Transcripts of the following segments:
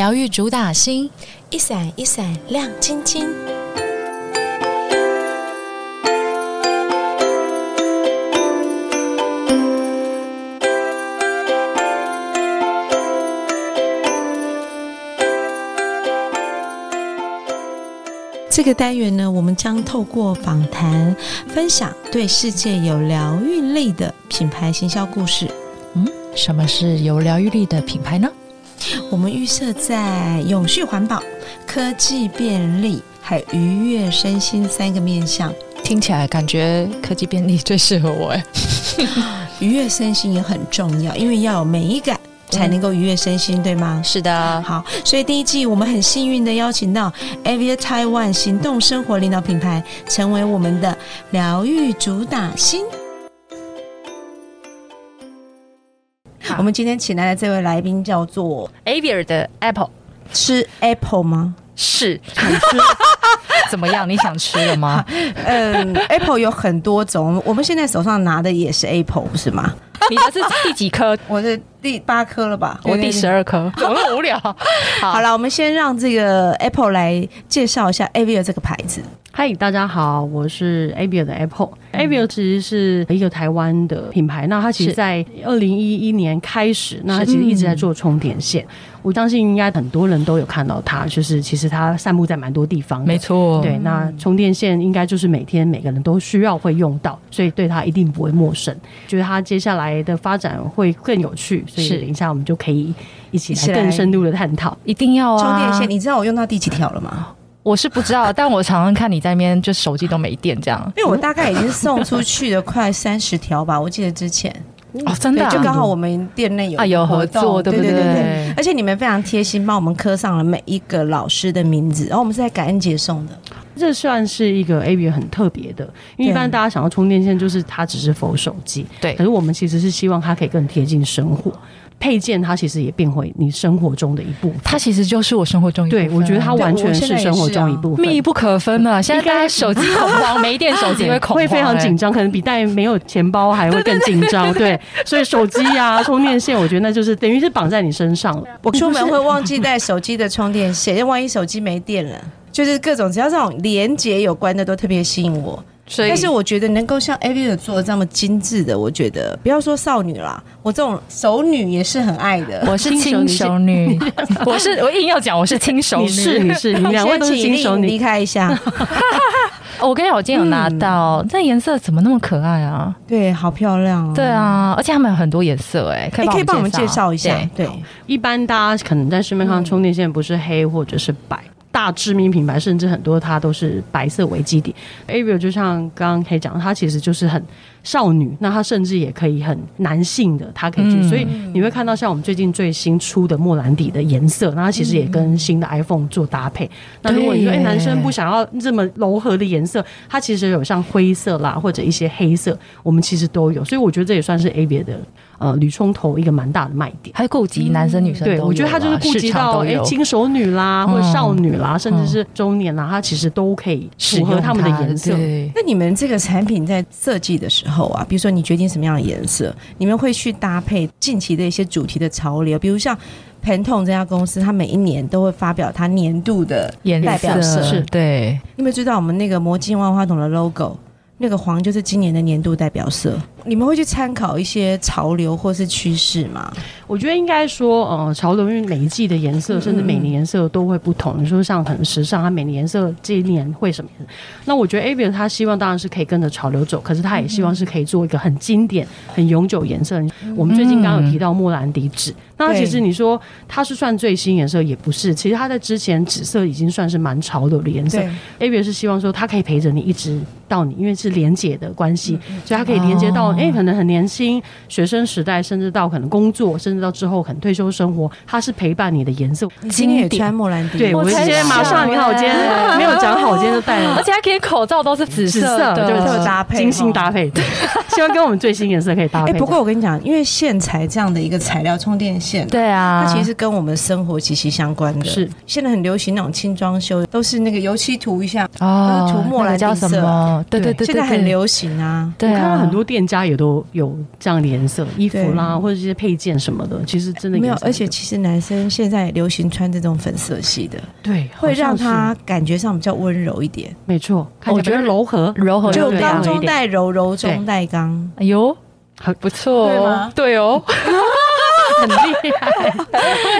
疗愈主打星，一闪一闪亮晶晶。这个单元呢，我们将透过访谈分享对世界有疗愈力的品牌行销故事。什么是有疗愈力的品牌呢？我们预设在永续环保、科技便利，还有愉悦身心三个面向。听起来感觉科技便利最适合我哎。愉悦身心也很重要，因为要有美感才能够愉悦身心，对吗？是的，好，所以第一季我们很幸运的邀请到 Avia Taiwan 行动生活领导品牌，成为我们的疗愈主打星。我们今天请来的这位来宾叫做 Avier 的 Apple 吃 Apple 吗？是怎么样？你想吃了 吗？嗯，Apple 有很多种，我们现在手上拿的也是 Apple，不是吗？你的是第几 颗？我是第八颗了吧？我第十二颗，哦怎么那么无聊？好了，我们先让这个 Apple 来介绍一下 Avia 这个牌子。嗨，大家好，我是 Avio 的 Apple。Avio 其实是一个台湾的品牌，那它其实是在二零一一年开始，那它其实一直在做充电线。嗯我相信应该很多人都有看到它，就是其实它散布在蛮多地方。没。错，嗯对，那充电线应该就是每天每个人都需要会用到，所以对它一定不会陌生。觉得它接下来的发展会更有趣，所以是等一下我们就可以一起一起来来更深入的探讨。一定要啊！充电线，你知道我用到第几条了吗？我是不知道，但我常常看你在那边，就手机都没电这样。因为我大概已经送出去了快三十条吧，我记得之前，哦，真对的啊，就刚好我们店内有啊有合活动作，对对不对对对。对？而且你们非常贴心，帮我们刻上了每一个老师的名字，然、后哦我们是在感恩节送的，这算是一个 A B 很特别的，因为一般对大家想要充电线就是它只是否手机，对可是我们其实是希望它可以更贴近生活，配件它其实也变回你生活中的一部分。它其实就是我生活中一部分对，啊我觉得它完对我全现在是也生活是啊中一部分。密不可分了。现在大家手机恐 慌，没电手机会恐慌，会非常紧哎。张，可能比带没有钱包还会更紧张。对，所以手机啊、充电线，我觉得那就是等于是绑在你身上了。我出门会忘记带手机的充电线，因为万一手机没电了。就是各种只要这种连接有关的都特别吸引我，所以，但是我觉得能够像 a v i a 做的这么精致的，我觉得不要说少女啦，我这种熟女也是很爱 的。我是轻熟女，我是我硬要讲我是轻熟女。你是你是，你们两位都是先请新手你离女，开一下，哦 我跟你讲，我今天有拿到，这颜色怎么那么可爱啊？对，好漂亮哦。对啊，而且他们有很多颜色，哎，可哎，可以以帮我们介绍一下对，对，一般大家可能在市面上充电线不是黑或者是白，大知名品牌甚至很多它都是白色为基底。Ariel 就像刚刚可以讲，它其实就是很少女，那它甚至也可以很男性的，它可以去。嗯所以你会看到像我们最近最新出的莫兰迪的颜色，那它其实也跟新的 iPhone 做搭配。那如果你说对哎、耶男生不想要这么柔和的颜色，它其实有像灰色啦或者一些黑色，我们其实都有。所以我觉得这也算是 A B 的呃铝冲头一个蛮大的卖点。还顾及男生女生都有嗯对，啊，我觉得他就是顾及市场到都哎，有轻熟女啦，或者嗯少女啦，甚嗯至是中年啦，它其实都可以符合他们的颜色。对那你们这个产品在设计的时候啊，比如说你决定什么样的颜色，你们会去搭配近期的一些主题的潮流，比如像 Pantone 这家公司，它每一年都会发表它年度的颜代表色。是对，你们知道我们那个魔镜万花筒的 logo，那个黄就是今年的年度代表色。你们会去参考一些潮流或是趋势吗？我觉得应该说，呃，潮流因为每一季的颜嗯色，甚至每年颜色都会不同。你说像很时尚，它每年颜色这一年会什么颜色？那我觉得 Avia 它希望当然是可以跟着潮流走，可是它也希望是可以做一个很经典、很永久颜色。嗯我们最近刚刚有提到莫兰迪纸，那它其实对你说它是算最新颜色，也不是。其实它在之前紫色已经算是蛮潮流的颜色，A B 是希望说它可以陪着你一直到你，因为是连结的关系，嗯所以它可以连接哦到哎、诶可能很年轻学生时代，甚至到可能工作，甚至到之后可能退休生活，它是陪伴你的颜色。你今天也穿莫兰迪，对，我我才今天马上，想你看我今欸哎天 没有讲好，我今天就戴了而且他给口罩都是紫紫色色，的，对，特搭配哦精心 搭配，对，希望跟我们最新颜色可以搭哎、配。不过我跟你讲，因为线材这样的一个材料，充电线，对啊，它其实是跟我们生活息息相关的。是现在很流行那种轻装修，都是那个油漆涂一下，哦都是涂莫兰迪那个叫什色么？哦，对对对，现在对很，流行啊。对我看啊，到很多店家也都有这样的颜色，衣服啦，对或者这些配件什么的，其实真的没有颜，色而且就其实男生现在流行穿这种粉色系的，对，会好像让哦他是感觉上比较温柔一点，没错，看起来我觉得比较柔和，柔和就对刚刚柔和一中点带柔，柔中带刚。哎呦，很不错对哦吗，对哦，很厉害，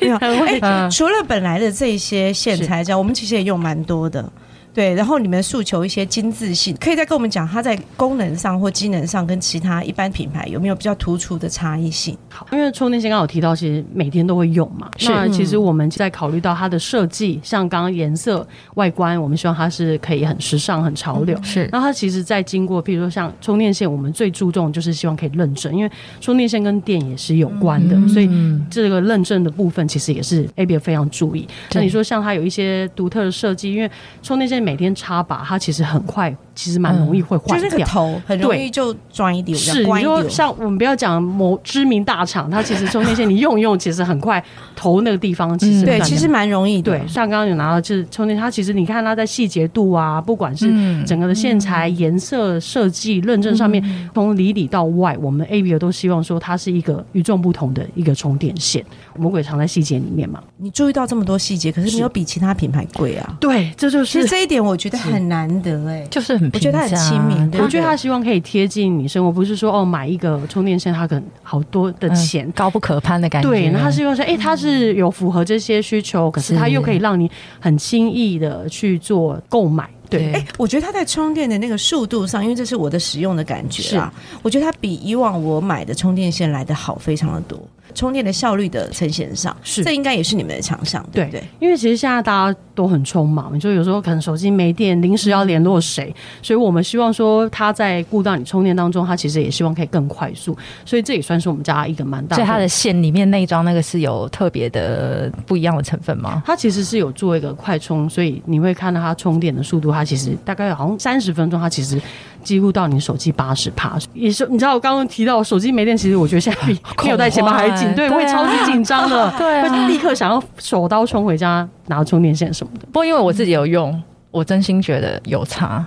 没有哎很会嗯除了本来的这些线材之外，我们其实也用蛮多的。对，然后你们诉求一些精致性，可以再跟我们讲它在功能上或机能上跟其他一般品牌有没有比较突出的差异性？ 好因为充电线刚刚有提到，其实每天都会用嘛。是那其实我们在考虑到它的设计，像刚刚颜色、外观，我们希望它是可以很时尚、很潮流。是那它其实，在经过，譬如说像充电线，我们最注重就是希望可以认证，因为充电线跟电也是有关的，所以嗯这个认证的部分其实也是 A B 非常注意。对那你说像它有一些独特的设计，因为充电线每天插拔，它其实很快，其实蛮容易会就坏是那个掉。头很容易对就钻一丢，这样是，关你一说丢。像我们不要讲某知名大厂，它其实充电线你用一用，其实很快头那个地方其实嗯很对，难其实蛮容易的。对，像刚刚有拿到就是充电，它其实你看它在细节度啊，不管是嗯整个的线材、颜色、设计、认证上面，从里里到外，我们 A B 都希望说它是一个与众不同的一个充电线。我们鬼藏在细节里面嘛，你注意到这么多细节，可是是没有比其他品牌贵啊。对，这就其是实这一点我觉得很难得哎、就是很我觉得它很平价亲民对我觉得他希望可以贴近你生活，不是说哦买一个充电线，它可能好多的嗯钱，高不可攀的感觉，啊嗯对，那他是用说，哎、他是有符合这些需求，可是是他又可以让你很轻易的去做购买，对，对哎、我觉得它在充电的那个速度上，因为这是我的使用的感觉啊，我觉得它比以往我买的充电线来的好非常的多，充电的效率的呈现上，是这应该也是你们的强项，对不对？因为其实现在大家都很匆忙，你就有时候可能手机没电，临时要嗯联络谁，所以我们希望说他在顾到你充电当中，他其实也希望可以更快速，所以这也算是我们家一个蛮大所以它的的。线里面那一装那个是有特别的不一样的成分吗？它其实是有做一个快充，所以你会看到它充电的速度，它其实大概好像三十分钟，它其实几乎到你手机八十帕。也是你知道我刚刚提到手机没电，其实我觉得现在比恐没有带钱包还慌紧，欸对，对会啊超级紧张的，对啊 会立刻想要手刀冲回家拿充电线什么的。不过因为我自己有用，我真心觉得有差。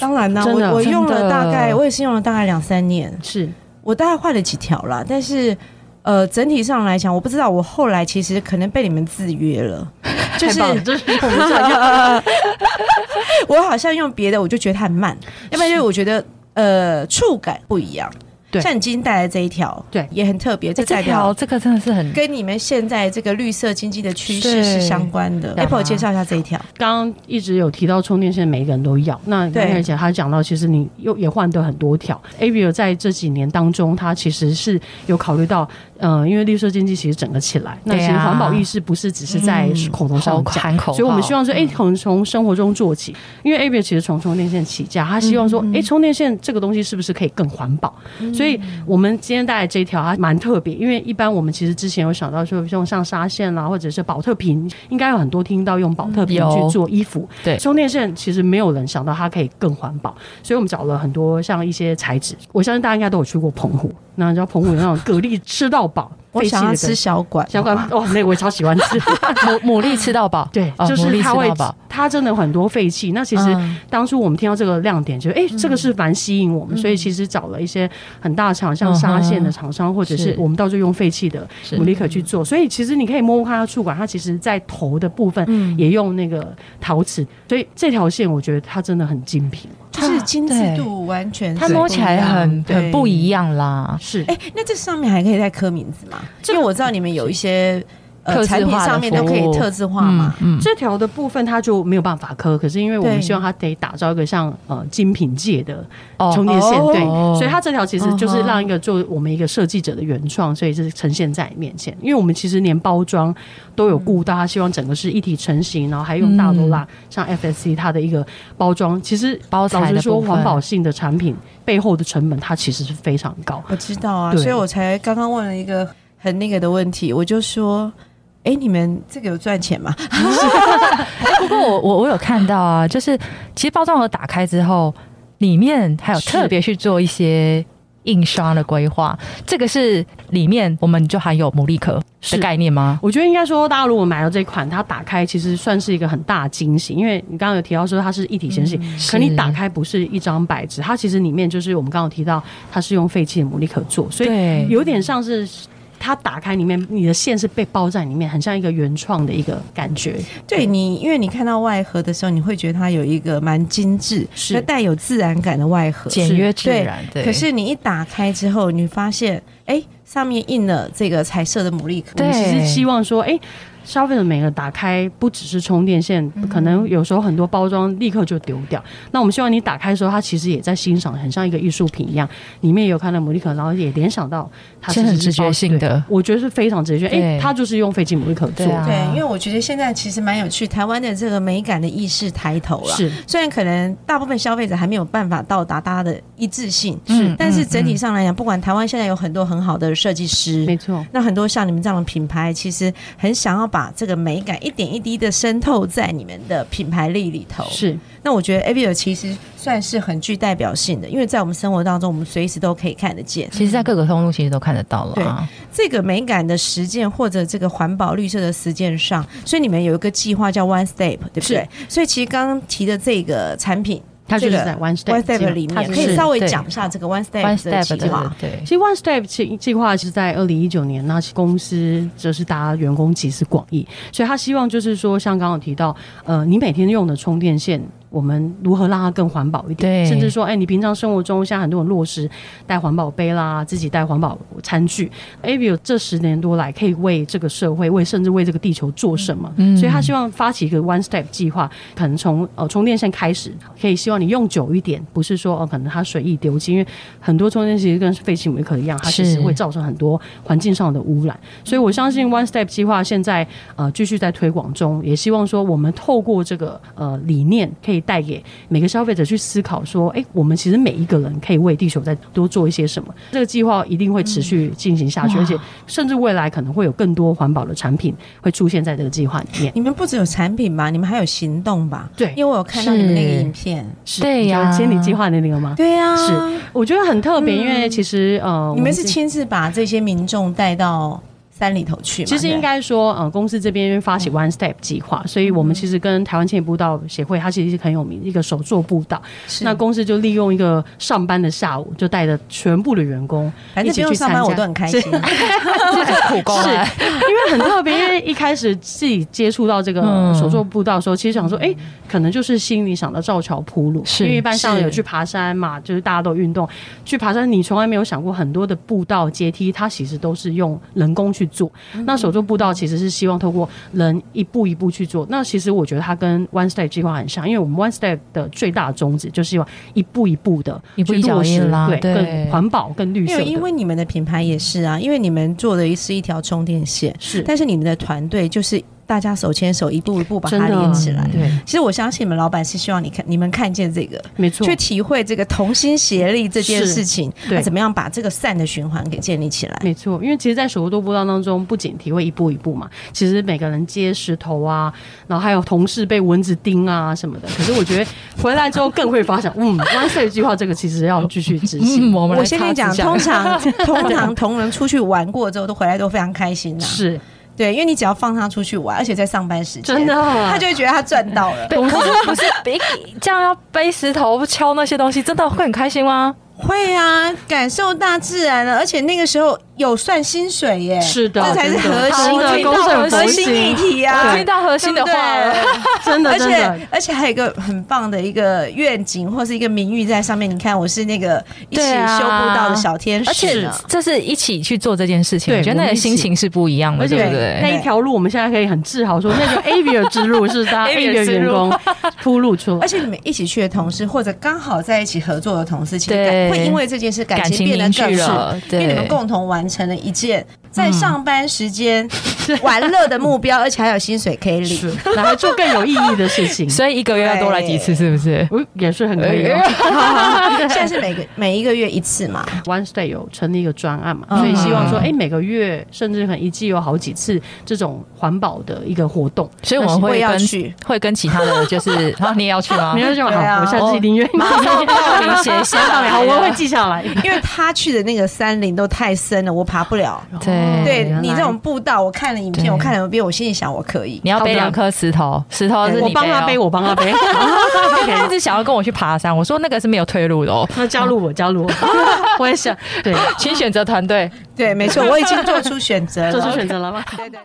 当然啦，真的我我用真了的大概，我也是用了大概两三年，是我大概换了几条啦，但是。呃，整体上来讲，我不知道，我后来其实可能被你们制约了，就是太棒了这是我们想要我好像用别的，我就觉得它很慢，要不然就是我觉得呃触感不一样。对像你今天带来这一条，对也很特别，这哎这代条表这个真的是很跟你们现在这个绿色经济的趋势对是相关的。干嘛 Apple 介绍一下这一条，刚刚一直有提到充电线，每一个人都要。那对而且他讲到，其实你又也换得很多条。a b i 在这几年当中，他其实是有考虑到，呃，因为绿色经济其实整个起来，那对啊嗯其实环保意识不是只是在口头上好讲。喊口号，所以，我们希望嗯说，哎、可能从生活中做起，因为 A B 其实从充电线起家，他嗯希望说，哎、充电线这个东西是不是可以更环保？嗯所以，我们今天带来这一条，它啊蛮特别，因为一般我们其实之前有想到说，用像纱线啦，或者是保特瓶，应该有很多听到用保特瓶嗯有去做衣服。对充电线其实没有人想到它可以更环保，所以我们找了很多像一些材质，我相信大家应该都有去过澎湖，那你知道澎湖有那种蛤蜊吃到饱， 我想要废弃吃的小管，小管哦，那个我也超喜欢吃。牡牡蛎吃到饱，对，哦就牡是蛎它吃会到饱。，它真的很多废气。那其实嗯当初我们听到这个亮点，觉得哎，这个是蛮吸引我们，所嗯以其实找了一些很大厂，像纱线的厂商，或者是是我们到处用废弃的是牡蛎壳去做。所以其实你可以摸摸看它触感，它其实在头的部分嗯也用那个陶瓷，所以这条线我觉得它真的很精品。就是精致度完全是它摸起来很对很不一样啦。是哎、那这上面还可以再刻名字吗？因为我知道你们有一些特呃制化的产品上面都可服务以特制化嘛。嗯，这条的部分它就没有办法刻，可是因为我们对希望它得打造一个像呃精品界的哦充电线，哦对，哦所以它这条其实就是让一个做我们一个设计者的原创，所以是呈现在你面前。因为我们其实连包装都有顾到，它希望整个是一体成型，然后还用大罗拉、像 FSC 它的一个包装，其实嗯包材老的实说，部分环保性的产品背后的成本它其实是非常高。我知道啊，对所以我才刚刚问了一个很那个的问题，我就说，哎、你们这个有赚钱吗？哎不过我我我有看到啊，就是其实包装盒打开之后，里面还有是特别去做一些印刷的规划，这个是里面我们就含有牡蛎壳的是概念吗？我觉得应该说，大家如果买到这款，它打开其实算是一个很大的惊喜，因为你刚刚有提到说它是一体成型，可你打开不是一张白纸，它其实里面就是我们刚刚有提到，它是用废弃的牡蛎壳做，所以对，有点像是。它打开里面，你的线是被包在里面，很像一个原创的一个感觉。对你，因为你看到外盒的时候，你会觉得它有一个蛮精致、是就带有自然感的外盒。简约自然，对，可是你一打开之后，你发现，哎，上面印了这个彩色的牡蛎壳。对啊我们其实希望说，哎、消费者每个打开不只是充电线，嗯可能有时候很多包装立刻就丢掉。那我们希望你打开的时候，它其实也在欣赏，很像一个艺术品一样，里面有看到牡蛎壳，然后也联想到它是很其实直是包觉性。对的，我觉得是非常直觉，哎、对它就是用废弃牡蛎壳做对啊的，对，因为我觉得现在其实蛮有趣，台湾的这个美感的意识抬头了。是虽然可能大部分消费者还没有办法到达大家的一致性，嗯是但是整体上来讲，不管台湾现在有很多很好的设计师，没错。那很多像你们这样的品牌，其实很想要把这个美感一点一滴的渗透在你们的品牌力里头。是那我觉得 Avio 其实算是很具代表性的，因为在我们生活当中，我们随时都可以看得见其实，在各个通路其实都看得到了啊。这个美感的实践或者这个环保绿色的实践上。所以你们有一个计划叫 One Step，对不对？所以其实刚刚提的这个产品它就这是个在 One One Step Step 里它面，就可是以稍微对讲一下这个 One One Step 的 step 计划的。对其，实 One Step 计计划是在二零一九年，那公司就是大家员工集思广益，所以他希望就是说，像刚刚有提到，呃，你每天用的充电线，我们如何让它更环保一点？对甚至说，哎、你平常生活中，像很多人落实带环保杯啦，自己带环保餐具 a v i o 这十年多来可以为这个社会，为甚至为这个地球做什么？嗯所以他希望发起一个 One Step 计划，可能从呃充电线开始，可以希望你用久一点，不是说哦、可能它随意丢弃，因为很多充电其实跟废弃煤壳一样，它其实是会造成很多环境上的污染。所以我相信 One Step 计划现在呃继续在推广中，也希望说我们透过这个呃理念，可以带给每个消费者去思考说，哎、我们其实每一个人可以为地球再多做一些什么。这个计划一定会持续进行下去，而且甚至未来可能会有更多环保的产品会出现在这个计划里面。你们不只有产品吧，你们还有行动吧？对因为我有看到你们那个影片。是对你觉得呀千里计划的那个吗？对呀、是我觉得很特别，因为其实呃，我嗯你们是自己亲自把这些民众带到山里头去吗？其实应对该说，呃，公司这边发嗯起 One Step 计划，所以我们其实跟台湾青年步道协会，它其实是很有名一个手作步道。是那公司就利用一个上班的下午，就带着全部的员工反一正不起用去上参加。班，我都很开是心。啊这是苦工啊， 因为很特别，因为一开始自己接触到这个嗯手作步道的时候，其实想说，哎、可能就是心里想到造桥铺路，是因为一般像是有去爬山嘛，就是大家都运动去爬山，你从来没有想过很多的步道阶梯，它其实都是用人工去做。嗯那手作步道其实是希望透过人一步一步去做。那其实我觉得它跟 One Step 计划很像，因为我们 One Step 的最大的宗旨就是希望一步一步的一步一脚落实印啦，对，更对，环保、更绿没色有，的。 因为你们的品牌也是啊，因为你们做的是一条充电线，是但是你们的团队就是大家手牵手，一步一步把它真的连起嗯来。对，其实我相信你们老板是希望你看你们看见这个，没错去。体会这个同心协力这件是事情，对那怎么样把这个善的循环给建立起来？没错，因为其实，在手作步道当中，不仅体会一步一步嘛，其实每个人接石头啊，然后还有同事被蚊子叮啊什么的。可是我觉得回来之后更会发现，嗯，One Step 计划这个其实要继续执行。嗯，我们来我先跟你查讲，资通料常 通常同仁出去玩过之后，都回来都非常开心呐、是对，因为你只要放他出去玩，而且在上班时间，真的，啊他就会觉得他赚到了。 对，可是 不是比这样要背石头敲那些东西，真的会很开心吗？会啊，感受大自然了，而且那个时候有算薪水耶，是的这才是真核的心好的听到核心核心议题啊，我听到核心的话了，对不对真的而真的且而且还有一个很棒的一个愿景或是一个名誉在上面。你看，我是那个一起对啊修步道的小天而使且呢，这是一起去做这件事情，对我觉得那我个们一起心情是不一样的，而对且不对？那一条路，我们现在可以很自豪说，那 个 Avia 之路 是大家 Avia Avia 之员路工铺路出来而。且你们一起去的同事，或者刚好在一起合作的同事，其实对感会因为这件事感感情情变得凝更聚好，了，因为你对，们，共同完成了一件在上班时间玩乐的目标，而且还有薪水可以领。 是， 然后做更有意义的事情所以一个月要多来几次，是不是？我也是很可以哦。现在是每个每一个月一次嘛， One Stay 有成立一个专案嘛，嗯所以希望说，哎、每个月甚至可能一季有好几次这种环保的一个活动。所以我们我会也要跟去会跟其他的 就是，啊，你也要去吗没？有就好，对啊我下次一定愿意。马上报名写下来 好，我会记下来。因为他去的那个山林都太深了，我爬不了。对对哦原来你这种步道，我看了影片，对我看了影片，我心里想我可以。你要背两颗石头，石头是我你帮哦他背，。我帮他背。 他一直想要跟我去爬山，我说那个是没有退路的 哦，那加入我，加入我，我也想对请选择团队。对，没错，我已经做出选择了。做出选择了吗？对对。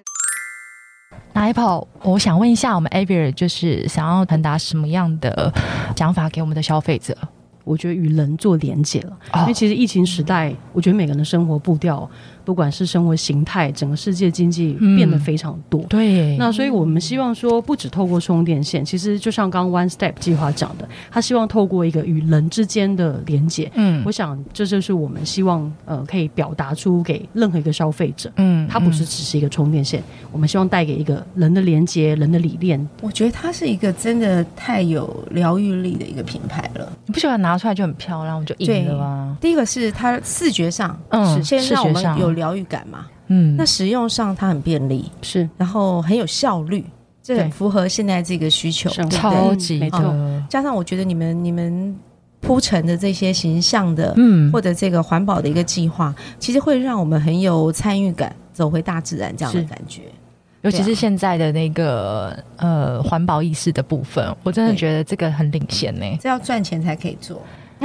那 Apple，我想问一下，我们 Avir 就是想要传达什么样的想法给我们的消费者？我觉得与人做连接了，哦因为其实疫情时代，我觉得每个人的生活步调，不管是生活形态，整个世界经济嗯变得非常多。对那所以我们希望说，不只透过充电线，其实就像刚刚 One Step 计划讲的，他希望透过一个与人之间的连接。嗯我想这就是我们希望呃可以表达出给任何一个消费者。嗯它不是只是一个充电线，我们希望带给一个人的连接、人的理念。我觉得它是一个真的太有疗愈力的一个品牌了。你不喜欢拿出来就很漂亮，我就赢了啊。第一个是它视觉上，嗯是先让我视觉上们有疗愈感嘛。嗯，那使用上它很便利，是然后很有效率，这对很符合现在这个需求。生活对不对超级嗯没错的加上我觉得你们你们铺陈的这些形象的，嗯或者这个环保的一个计划，其实会让我们很有参与感，走回大自然这样的是感觉。尤其是现在的那个呃环保意识的部分，我真的觉得这个很领先呢、这要赚钱才可以做，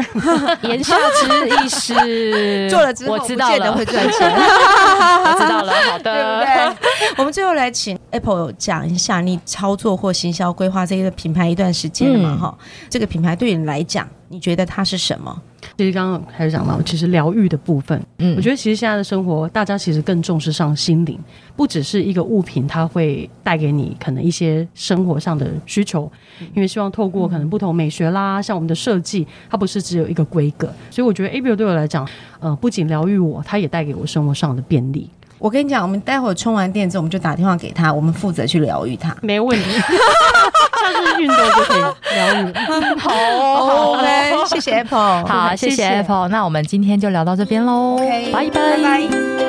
言下之意是做了之后 我知道不见得了，会赚钱，我知道了，好 对不的，对？ 我们最后来请 Apple 讲一下你操作或行销规划这个品牌一段时间了嘛？嗯哈、这个品牌对你来讲，你觉得它是什么？其实刚刚还是讲到，其实疗愈的部分，嗯我觉得其实现在的生活，大家其实更重视上心灵，不只是一个物品，它会带给你可能一些生活上的需求，因为希望透过可能不同美学啦，像我们的设计，它不是只有一个规格，所以我觉得 A B O 对我来讲，呃，不仅疗愈我，它也带给我生活上的便利，我跟你讲，我们待会儿充完电之后，我们就打电话给他，我们负责去疗愈他。没有问题， 像是运动就可以疗愈。好哦 OK，谢谢 Apple，好，谢谢谢谢 Apple，那我们今天就聊到这边喽 OK，拜拜拜。